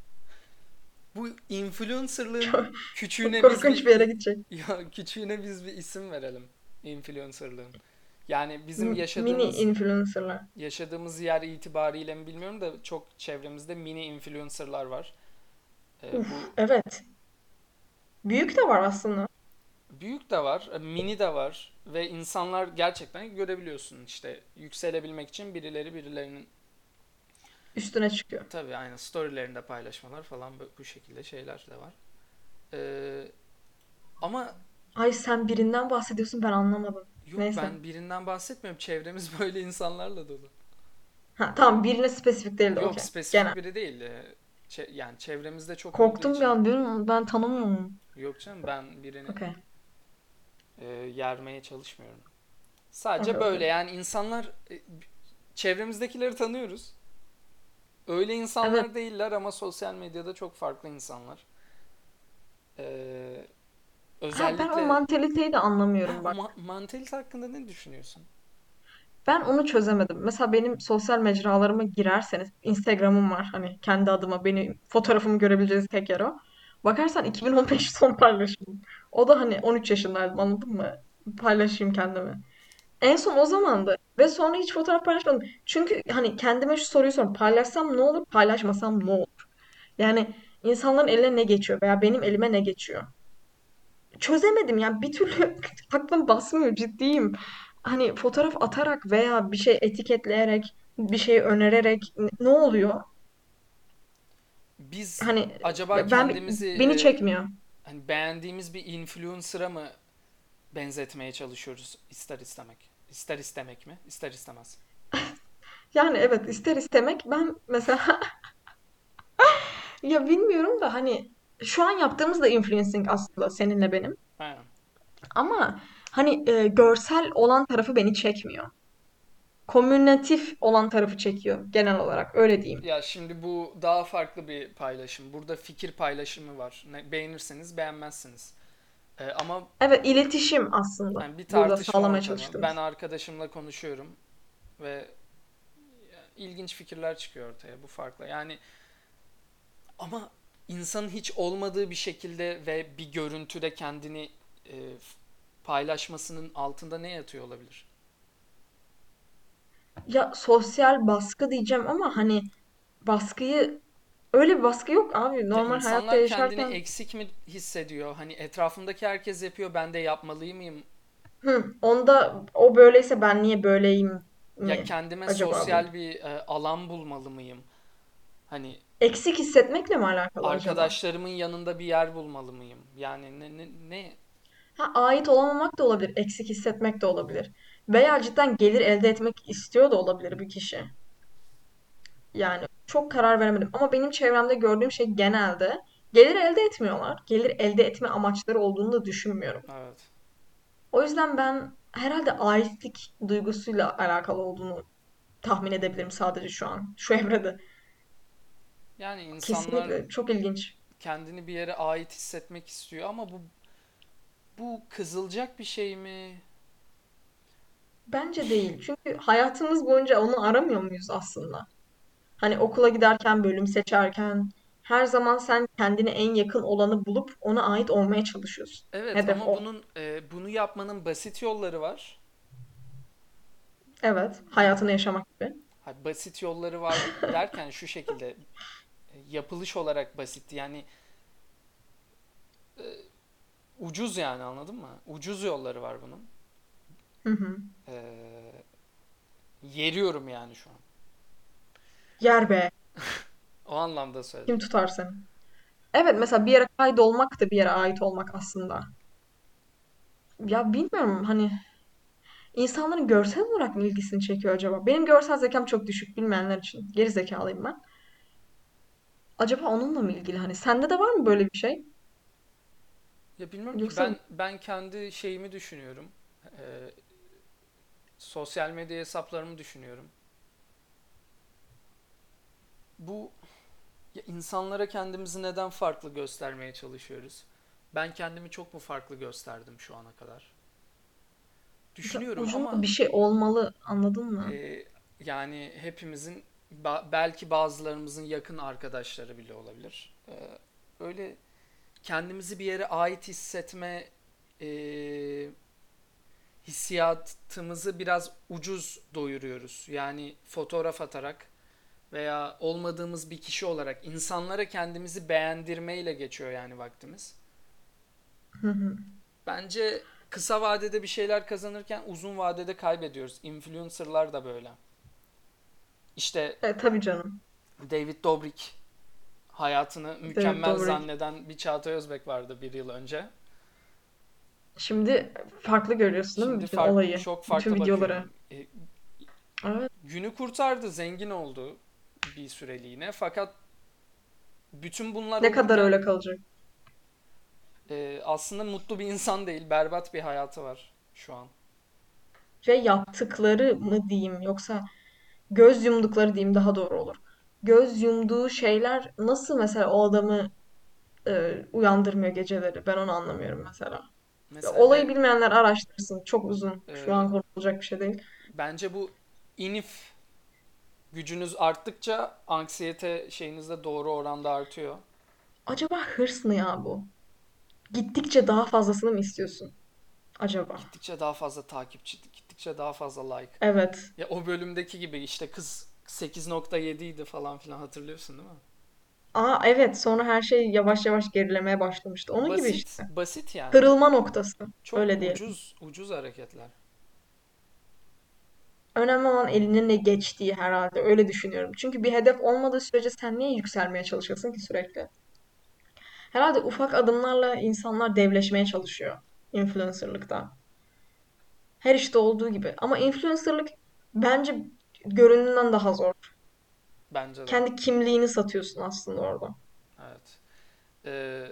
Speaker 1: bu influencerlığın
Speaker 2: Çok, çok
Speaker 1: küçüğüne biz
Speaker 2: korkunç
Speaker 1: bir
Speaker 2: bir yere gidecek.
Speaker 1: ya küçüğüne biz bir isim verelim. Influencerlığın. Yani bizim
Speaker 2: M- Mini
Speaker 1: yaşadığımız
Speaker 2: influencerlar.
Speaker 1: yaşadığımız yer itibariyle mi bilmiyorum da çok çevremizde mini influencerlar var. Ee,
Speaker 2: Uf,
Speaker 1: bu
Speaker 2: evet. Büyük de var aslında.
Speaker 1: büyük de var, e, mini de var ve insanlar gerçekten görebiliyorsun işte yükselebilmek için birileri birilerinin
Speaker 2: Üstüne çıkıyor.
Speaker 1: tabii aynı storylerinde paylaşmalar falan bu bu şekilde şeyler de var. Ee, ama
Speaker 2: Ay sen birinden bahsediyorsun ben anlamadım.
Speaker 1: yok
Speaker 2: Neyse.
Speaker 1: ben birinden bahsetmiyorum. Çevremiz böyle insanlarla dolu.
Speaker 2: Ha, tamam birine spesifik değil de
Speaker 1: Yok
Speaker 2: okey.
Speaker 1: spesifik
Speaker 2: Genel.
Speaker 1: biri değil. Ee, çe- yani çevremizde çok olduğu
Speaker 2: Korktum bir
Speaker 1: için
Speaker 2: an diyorum ben tanımıyorum.
Speaker 1: yok canım ben birini
Speaker 2: Okey.
Speaker 1: e, yermeye çalışmıyorum. Sadece
Speaker 2: Okey
Speaker 1: böyle
Speaker 2: okey.
Speaker 1: yani insanlar e, çevremizdekileri tanıyoruz. Öyle
Speaker 2: Evet.
Speaker 1: insanlar değiller ama sosyal medyada çok farklı insanlar. Ee,
Speaker 2: Ha ben o
Speaker 1: özellikle
Speaker 2: mantaliteyi de
Speaker 1: ha,
Speaker 2: anlamıyorum
Speaker 1: o
Speaker 2: bak.
Speaker 1: ma- mantalite hakkında ne düşünüyorsun?
Speaker 2: Ben onu çözemedim. Mesela benim sosyal mecralarıma girerseniz Instagram'ım var. Hani kendi adıma beni fotoğrafımı görebileceğiniz tek yer o. Bakarsan 2015 son paylaşımım. O da hani 13 yaşındaydım anladın mı? Paylaşayım kendimi. En son o zamandı. Ve sonra hiç fotoğraf paylaşmadım. Çünkü hani kendime şu soruyu sordum. Paylaşsam ne olur, paylaşmasam ne olur? Yani insanların eline ne geçiyor veya benim elime ne geçiyor? Çözemedim yani bir türlü aklım basmıyor ciddiyim. Hani fotoğraf atarak veya bir şey etiketleyerek, bir şey önererek n- ne oluyor?
Speaker 1: Biz
Speaker 2: Hani
Speaker 1: acaba
Speaker 2: ben
Speaker 1: kendimizi
Speaker 2: beni
Speaker 1: e,
Speaker 2: çekmiyor.
Speaker 1: hani beğendiğimiz bir influencer'a mı benzetmeye çalışıyoruz ister istemek? İster istemek mi? İster istemez.
Speaker 2: Yani evet ister istemek ben mesela ya bilmiyorum da hani şu an yaptığımız da influencing aslında seninle benim.
Speaker 1: Aynen.
Speaker 2: Ama hani e, görsel olan tarafı beni çekmiyor. Komünatif olan tarafı çekiyor genel olarak öyle diyeyim.
Speaker 1: Ya şimdi bu daha farklı bir paylaşım. Burada fikir paylaşımı var. Ne, beğenirsiniz, beğenmezsiniz. Ee, ama
Speaker 2: Evet iletişim aslında
Speaker 1: yani bir
Speaker 2: burada
Speaker 1: tartışma
Speaker 2: sağlamaya
Speaker 1: ortamı. Ben
Speaker 2: çalıştığımız.
Speaker 1: arkadaşımla konuşuyorum ve ilginç fikirler çıkıyor ortaya. Bu farklı. Yani ama insanın hiç olmadığı bir şekilde ve bir görüntüde kendini e, f- paylaşmasının altında ne yatıyor olabilir?
Speaker 2: Ya sosyal baskı diyeceğim ama hani baskıyı öyle bir baskı yok abi.
Speaker 1: Ya
Speaker 2: Normal hayatta
Speaker 1: insanlar kendini
Speaker 2: yaşarken
Speaker 1: eksik mi hissediyor? Hani etrafımdaki herkes yapıyor, ben de yapmalıyım mıyım?
Speaker 2: Hı, onda o böyleyse ben niye böyleyim Hani
Speaker 1: Ya
Speaker 2: mi
Speaker 1: kendime
Speaker 2: acaba bu?
Speaker 1: sosyal bir e, alan bulmalı mıyım? Hani
Speaker 2: Eksik hissetmekle mi alakalı acaba?
Speaker 1: arkadaşlarımın yanında bir yer bulmalı mıyım? Yani ne ne, ne?
Speaker 2: Ha, ait olamamak da olabilir, eksik hissetmek de olabilir. Veya cidden gelir elde etmek istiyor da olabilir bir kişi. Yani çok karar veremedim ama benim çevremde gördüğüm şey genelde gelir elde etmiyorlar. Gelir elde etme amaçları olduğunu da düşünmüyorum.
Speaker 1: Evet.
Speaker 2: O yüzden ben herhalde aitlik duygusuyla alakalı olduğunu tahmin edebilirim sadece şu an, şu evrede.
Speaker 1: Yani insanlar
Speaker 2: Kesinlikle çok ilginç.
Speaker 1: kendini bir yere ait hissetmek istiyor ama bu bu kızılacak bir şey mi?
Speaker 2: Bence değil. Çünkü hayatımız boyunca onu aramıyor muyuz aslında? Hani okula giderken, bölüm seçerken her zaman sen kendine en yakın olanı bulup ona ait olmaya çalışıyorsun.
Speaker 1: Evet
Speaker 2: Hedef
Speaker 1: ama
Speaker 2: o.
Speaker 1: bunun e, bunu yapmanın basit yolları var.
Speaker 2: Evet, hayatını yaşamak gibi.
Speaker 1: Ha, basit yolları var derken şu şekilde e, yapılış olarak basit yani e, ucuz yani anladın mı? Ucuz yolları var bunun.
Speaker 2: Hı hı.
Speaker 1: E, yeriyorum yani şu an.
Speaker 2: Yer be,
Speaker 1: O anlamda söyledim.
Speaker 2: kim tutar seni? Evet, mesela bir yere kaydolmak da bir yere ait olmak aslında. Ya bilmiyorum hani insanların görsel olarak mı ilgisini çekiyor acaba? Benim görsel zekam çok düşük bilmeyenler için. Geri zekalıyım ben. Acaba onunla mı ilgili? Hani sende de var mı böyle bir şey?
Speaker 1: Ya bilmiyorum ki
Speaker 2: Yoksa
Speaker 1: ben ben kendi şeyimi düşünüyorum. E, sosyal medya hesaplarımı düşünüyorum. Bu ya insanlara kendimizi neden farklı göstermeye çalışıyoruz? Ben kendimi çok mu farklı gösterdim şu ana kadar?
Speaker 2: ya
Speaker 1: Düşünüyorum
Speaker 2: ucunda
Speaker 1: ama
Speaker 2: bir şey olmalı, anladın mı?
Speaker 1: Ee, yani hepimizin ba- belki bazılarımızın yakın arkadaşları bile olabilir. Ee, öyle kendimizi bir yere ait hissetme e, hissiyatımızı biraz ucuz doyuruyoruz. Yani fotoğraf atarak veya olmadığımız bir kişi olarak insanlara kendimizi beğendirmeyle geçiyor yani vaktimiz.
Speaker 2: Hı hı.
Speaker 1: Bence kısa vadede bir şeyler kazanırken uzun vadede kaybediyoruz. Influencerlar da böyle. İşte
Speaker 2: E, tabii canım.
Speaker 1: David Dobrik hayatını
Speaker 2: David
Speaker 1: mükemmel
Speaker 2: Dobrik.
Speaker 1: zanneden bir Çağatay Özbek vardı bir yıl önce.
Speaker 2: Şimdi farklı görüyorsun değil mi
Speaker 1: Şimdi
Speaker 2: bütün
Speaker 1: fark,
Speaker 2: olayı,
Speaker 1: çok
Speaker 2: bütün
Speaker 1: farklı
Speaker 2: videoları?
Speaker 1: bakıyorum. E,
Speaker 2: Evet.
Speaker 1: günü kurtardı, zengin oldu bir süreliğine. Fakat bütün bunlar
Speaker 2: Ne kadar
Speaker 1: olurken
Speaker 2: öyle kalacak?
Speaker 1: e, aslında mutlu bir insan değil, berbat bir hayatı var şu an.
Speaker 2: Ve Şey, yaptıkları mı diyeyim yoksa göz yumdukları diyeyim daha doğru olur. Göz yumduğu şeyler nasıl mesela o adamı e, uyandırmıyor geceleri? Ben onu anlamıyorum mesela. Ya
Speaker 1: Mesela
Speaker 2: Olayı
Speaker 1: ve
Speaker 2: bilmeyenler araştırsın. Çok uzun. Şu
Speaker 1: e,
Speaker 2: an konuşulacak bir şey değil.
Speaker 1: bence bu inif gücünüz arttıkça anksiyete şeyiniz de doğru oranda artıyor.
Speaker 2: Acaba hırs mı ya bu? Gittikçe daha fazlasını mı istiyorsun acaba?
Speaker 1: Gittikçe daha fazla takipçi, gittikçe daha fazla like.
Speaker 2: Evet.
Speaker 1: Ya o bölümdeki gibi işte kız 8.7 idi falan filan hatırlıyorsun değil mi?
Speaker 2: Aa evet sonra her şey yavaş yavaş gerilemeye başlamıştı. Onun gibi
Speaker 1: Basit,
Speaker 2: işte.
Speaker 1: basit yani.
Speaker 2: Kırılma noktası.
Speaker 1: Çok
Speaker 2: Öyle diyelim.
Speaker 1: ucuz, ucuz hareketler.
Speaker 2: Önemli olan elinin ne geçtiği herhalde. Öyle düşünüyorum. Çünkü bir hedef olmadığı sürece sen niye yükselmeye çalışıyorsun ki sürekli? Herhalde ufak adımlarla insanlar devleşmeye çalışıyor influencerlıkta. Her işte olduğu gibi. Ama influencerlık bence göründüğünden daha zor.
Speaker 1: Bence de.
Speaker 2: Kendi kimliğini satıyorsun aslında orada.
Speaker 1: Evet. Ee,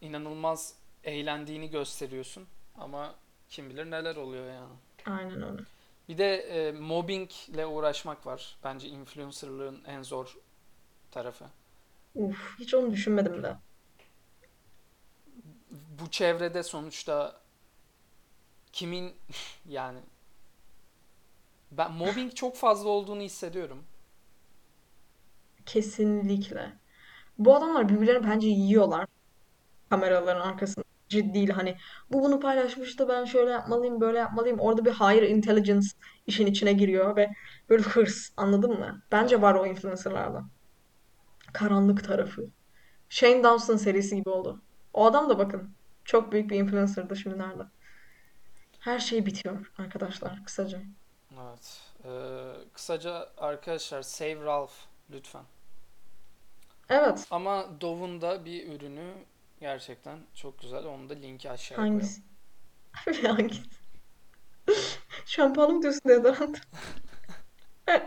Speaker 1: inanılmaz eğlendiğini gösteriyorsun ama kim bilir neler oluyor yani.
Speaker 2: Aynen öyle.
Speaker 1: Bir de e, mobbingle uğraşmak var. Bence influencerlığın en zor tarafı.
Speaker 2: Uf, hiç onu düşünmedim de.
Speaker 1: Bu çevrede sonuçta kimin yani ben mobbing çok fazla olduğunu hissediyorum.
Speaker 2: Kesinlikle. Bu adamlar birbirlerini bence yiyorlar kameraların arkasında. Ciddi hani bu bunu paylaşmıştı ben şöyle yapmalıyım böyle yapmalıyım. Orada bir higher intelligence işin içine giriyor ve böyle hırs anladın mı? Bence
Speaker 1: Evet.
Speaker 2: var o influencerlarda. Karanlık tarafı. Shane Dawson serisi gibi oldu. O adam da bakın çok büyük bir influencer'dı şimdilerde. Her şey bitiyor arkadaşlar kısaca.
Speaker 1: Evet. Ee, kısaca arkadaşlar Save Ralph lütfen.
Speaker 2: Evet.
Speaker 1: Ama Dove'un da bir ürünü gerçekten çok güzel. Onu da linki aşağıya koyalım.
Speaker 2: Hangisi? Hangisi? Şampuanı mı diyorsun deodorant?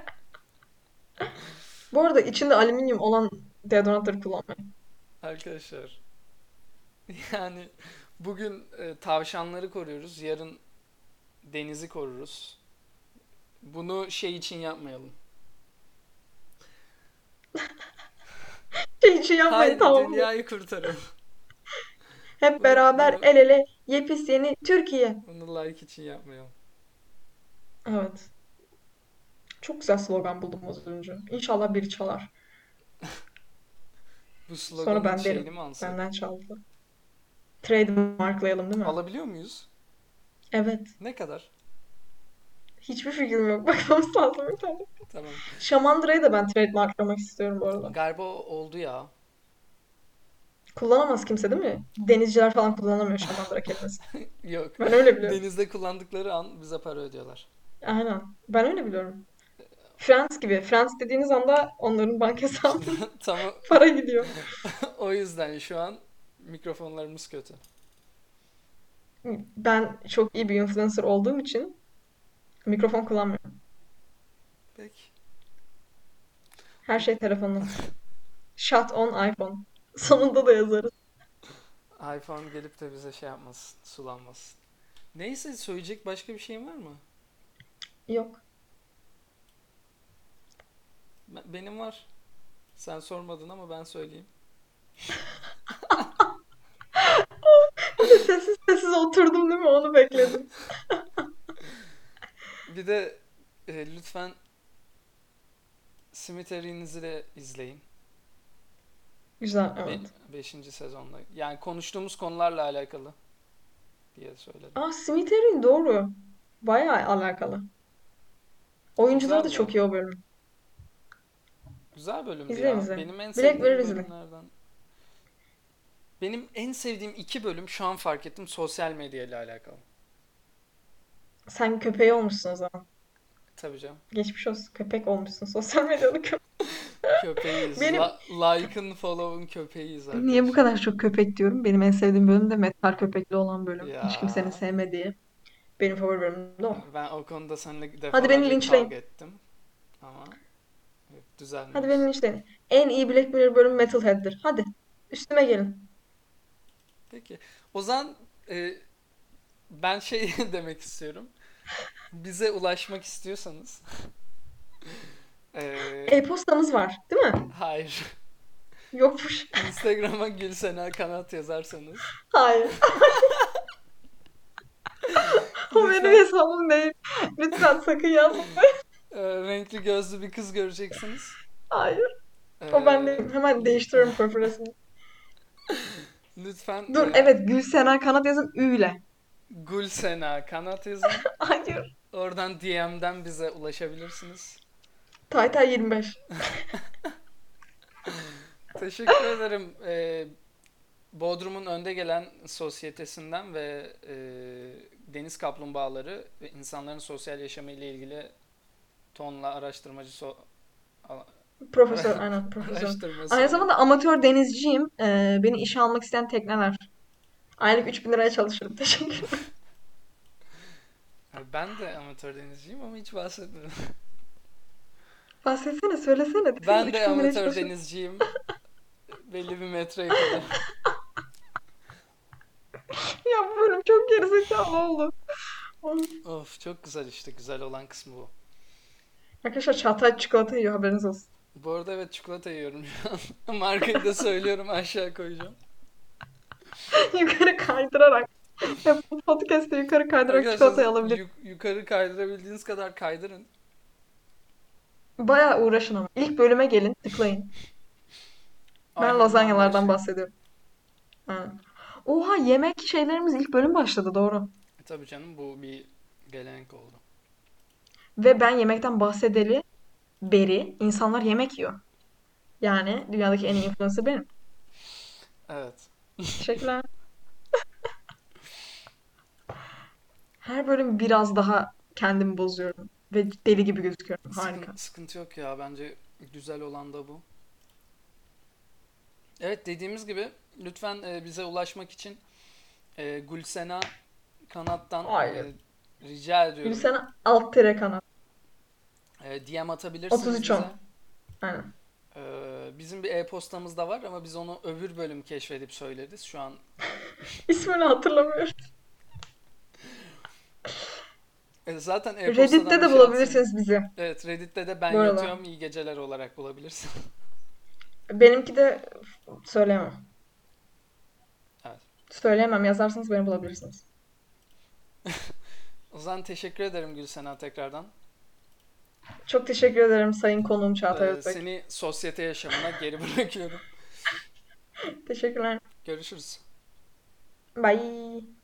Speaker 2: Bu arada içinde alüminyum olan deodorantları kullanmayın.
Speaker 1: Arkadaşlar yani bugün e, tavşanları koruyoruz. Yarın denizi koruruz. Bunu şey için yapmayalım.
Speaker 2: Şey için yapmayın
Speaker 1: Hayır,
Speaker 2: tamam mı?
Speaker 1: dünyayı kurtarın.
Speaker 2: Hep
Speaker 1: Bunu,
Speaker 2: beraber
Speaker 1: bunu,
Speaker 2: el ele yepis yeni Türkiye.
Speaker 1: bunu like için yapmıyorum.
Speaker 2: Evet. Çok güzel slogan buldum az önce. İnşallah biri çalar.
Speaker 1: Bu
Speaker 2: Sonra
Speaker 1: sloganın
Speaker 2: ben derim.
Speaker 1: şeyini mi alsak?
Speaker 2: Benden çaldı. Trademarklayalım değil mi?
Speaker 1: Alabiliyor muyuz?
Speaker 2: Evet.
Speaker 1: Ne kadar?
Speaker 2: Hiçbir fikrim yok. Bakmamız lazım bir tane.
Speaker 1: Tamam.
Speaker 2: Şamandıra'yı da ben trademarklamak istiyorum bu arada.
Speaker 1: Galiba oldu ya.
Speaker 2: Kullanamaz kimse değil mi? Denizciler falan kullanamıyor şamandıra kelimesini.
Speaker 1: Yok.
Speaker 2: Ben öyle biliyorum.
Speaker 1: Denizde kullandıkları an bize para ödüyorlar.
Speaker 2: Aynen. Ben öyle biliyorum. Friends gibi. Friends dediğiniz anda onların banka hesabına
Speaker 1: Tamam.
Speaker 2: para gidiyor.
Speaker 1: O yüzden şu an mikrofonlarımız kötü.
Speaker 2: Ben çok iyi bir influencer olduğum için mikrofon kullanmıyorum.
Speaker 1: Peki.
Speaker 2: Her şey telefonla. Shut on iPhone. Sonunda da yazarız.
Speaker 1: iPhone gelip de bize şey yapmasın, sulanmasın. Neyse söyleyecek başka bir şeyin var mı?
Speaker 2: Yok.
Speaker 1: Ben- Benim var. Sen sormadın ama ben söyleyeyim.
Speaker 2: Bir de sessiz sessiz oturdum değil mi? Onu bekledim.
Speaker 1: Bir de e, lütfen Simitari'nizi de izleyin.
Speaker 2: Güzel,
Speaker 1: Be
Speaker 2: evet.
Speaker 1: 5. sezonla. Yani konuştuğumuz konularla alakalı diye söyledim.
Speaker 2: Aa, Smith'erin doğru. Bayağı alakalı. Oyuncuları da
Speaker 1: Güzeldi
Speaker 2: çok
Speaker 1: o.
Speaker 2: iyi o bölüm.
Speaker 1: Güzel bölümdü
Speaker 2: İzleyin
Speaker 1: ya.
Speaker 2: izleyin.
Speaker 1: Benim en
Speaker 2: Black Mirror
Speaker 1: sevdiğim
Speaker 2: izleyin.
Speaker 1: bölümlerden. Benim en sevdiğim iki bölüm şu an fark ettim sosyal medya ile alakalı.
Speaker 2: Sen köpeği olmuşsun o zaman.
Speaker 1: Tabii canım.
Speaker 2: Geçmiş olsun. Köpek olmuşsun. Sosyal medyada köpek.
Speaker 1: Köpeğiz.
Speaker 2: Benim
Speaker 1: La like'ın, follow'un köpeğiyiz
Speaker 2: Niye bu
Speaker 1: arkadaşlar.
Speaker 2: kadar çok köpek diyorum? Benim en sevdiğim bölüm de metal köpekli olan bölüm. Hiç kimsenin
Speaker 1: Ya
Speaker 2: sevmediği. Benim favori bölümüm de o.
Speaker 1: ben o konuda seninle
Speaker 2: Hadi beni
Speaker 1: defalarca kavga
Speaker 2: linçleyin.
Speaker 1: ettim ama hep
Speaker 2: Hadi beni
Speaker 1: düzelmiyoruz.
Speaker 2: linçleyin. En iyi Black Mirror bölüm Metalhead'dir. Hadi. Üstüme gelin.
Speaker 1: Peki. O zaman e, ben şey demek istiyorum. Bize ulaşmak istiyorsanız e,
Speaker 2: E-postamız var, değil mi?
Speaker 1: hayır.
Speaker 2: Yokmuş.
Speaker 1: Instagram'a Gülsena Kanat yazarsanız
Speaker 2: Hayır. O benim
Speaker 1: lütfen
Speaker 2: hesabım değil. Lütfen sakın yazma.
Speaker 1: e, renkli gözlü bir kız göreceksiniz.
Speaker 2: Hayır. O ben
Speaker 1: E,
Speaker 2: değilim. Hemen değiştiriyorum profilini.
Speaker 1: lütfen
Speaker 2: Dur
Speaker 1: e,
Speaker 2: evet Gülsena Kanat yazın Ü ile.
Speaker 1: Gülsena Kanat yazın.
Speaker 2: Hayır.
Speaker 1: Oradan DM'den bize ulaşabilirsiniz.
Speaker 2: Taytay 25.
Speaker 1: Teşekkür ederim. Ee, Bodrum'un önde gelen sosyetesinden ve e, deniz kaplumbağaları ve insanların sosyal yaşamı ile ilgili tonla araştırmacı so- a- ara-
Speaker 2: Profesör aynen profesör.
Speaker 1: araştırması
Speaker 2: Aynı
Speaker 1: olan.
Speaker 2: zamanda amatör denizciyim. Ee, beni işe almak isteyen tekneler. Aylık 3000 liraya çalışırım. Teşekkür ederim.
Speaker 1: Ya Ee, Ben de amatör denizciyim ama hiç bahsetmedim.
Speaker 2: Bahsetsene söylesene desene
Speaker 1: Ben de
Speaker 2: 3000 liraya
Speaker 1: amatör
Speaker 2: çalışırım.
Speaker 1: denizciyim. Belli bir metreye kadar.
Speaker 2: Ya bu bölüm çok gerizekalı oldu. Oy.
Speaker 1: Of çok güzel işte. Güzel olan kısmı bu.
Speaker 2: Arkadaşlar Çağatay çikolata yiyor haberiniz olsun.
Speaker 1: Bu arada evet çikolata yiyorum şu an. Markayı da söylüyorum aşağı koyacağım.
Speaker 2: Yukarı kaydırarak. Hep bu podcast'te yukarı kaydırarak
Speaker 1: Arkadaşlar
Speaker 2: çikolatayı alabilir.
Speaker 1: yuk- yukarı kaydırabildiğiniz kadar kaydırın.
Speaker 2: Bayağı uğraşın ama. İlk bölüme gelin tıklayın. Ben
Speaker 1: Aynından
Speaker 2: lazanyalardan
Speaker 1: başlayın.
Speaker 2: bahsediyorum. Ha. Oha yemek şeylerimiz ilk bölüm başladı doğru.
Speaker 1: E, tabii canım bu bir gelenek oldu.
Speaker 2: Ve ben yemekten bahsedeli beri insanlar yemek yiyor. Yani dünyadaki en iyi influencer benim.
Speaker 1: Evet.
Speaker 2: Teşekkürler. Her bölüm biraz daha kendimi bozuyorum ve deli gibi gözüküyorum.
Speaker 1: Sıkın,
Speaker 2: Harika.
Speaker 1: sıkıntı yok ya bence güzel olan da bu. Evet dediğimiz gibi lütfen e, bize ulaşmak için e, Gülsena Kanat'tan
Speaker 2: Hayır.
Speaker 1: e, rica ediyorum.
Speaker 2: Gülsene alt tere kanat.
Speaker 1: E, DM atabilirsiniz
Speaker 2: 33
Speaker 1: bize.
Speaker 2: on. Aynen.
Speaker 1: E, bizim bir e-postamız da var ama biz onu öbür bölüm keşfedip söyleriz. Şu an
Speaker 2: İsmini hatırlamıyorum.
Speaker 1: E, zaten
Speaker 2: Reddit'te
Speaker 1: e-postadan bir şey
Speaker 2: de
Speaker 1: atsanız.
Speaker 2: bulabilirsiniz bizi
Speaker 1: Evet Reddit'te de ben
Speaker 2: bu aralar.
Speaker 1: yatıyorum iyi geceler olarak bulabilirsin.
Speaker 2: Benimki de söyleyemem.
Speaker 1: Evet.
Speaker 2: Söyleyemem. Yazarsanız beni bulabilirsiniz.
Speaker 1: O zaman teşekkür ederim Gülsena tekrardan.
Speaker 2: Çok teşekkür ederim sayın konuğum Çağatay
Speaker 1: Ee,
Speaker 2: Özbek.
Speaker 1: seni sosyete yaşamına geri bırakıyorum.
Speaker 2: Teşekkürler.
Speaker 1: Görüşürüz.
Speaker 2: Bye.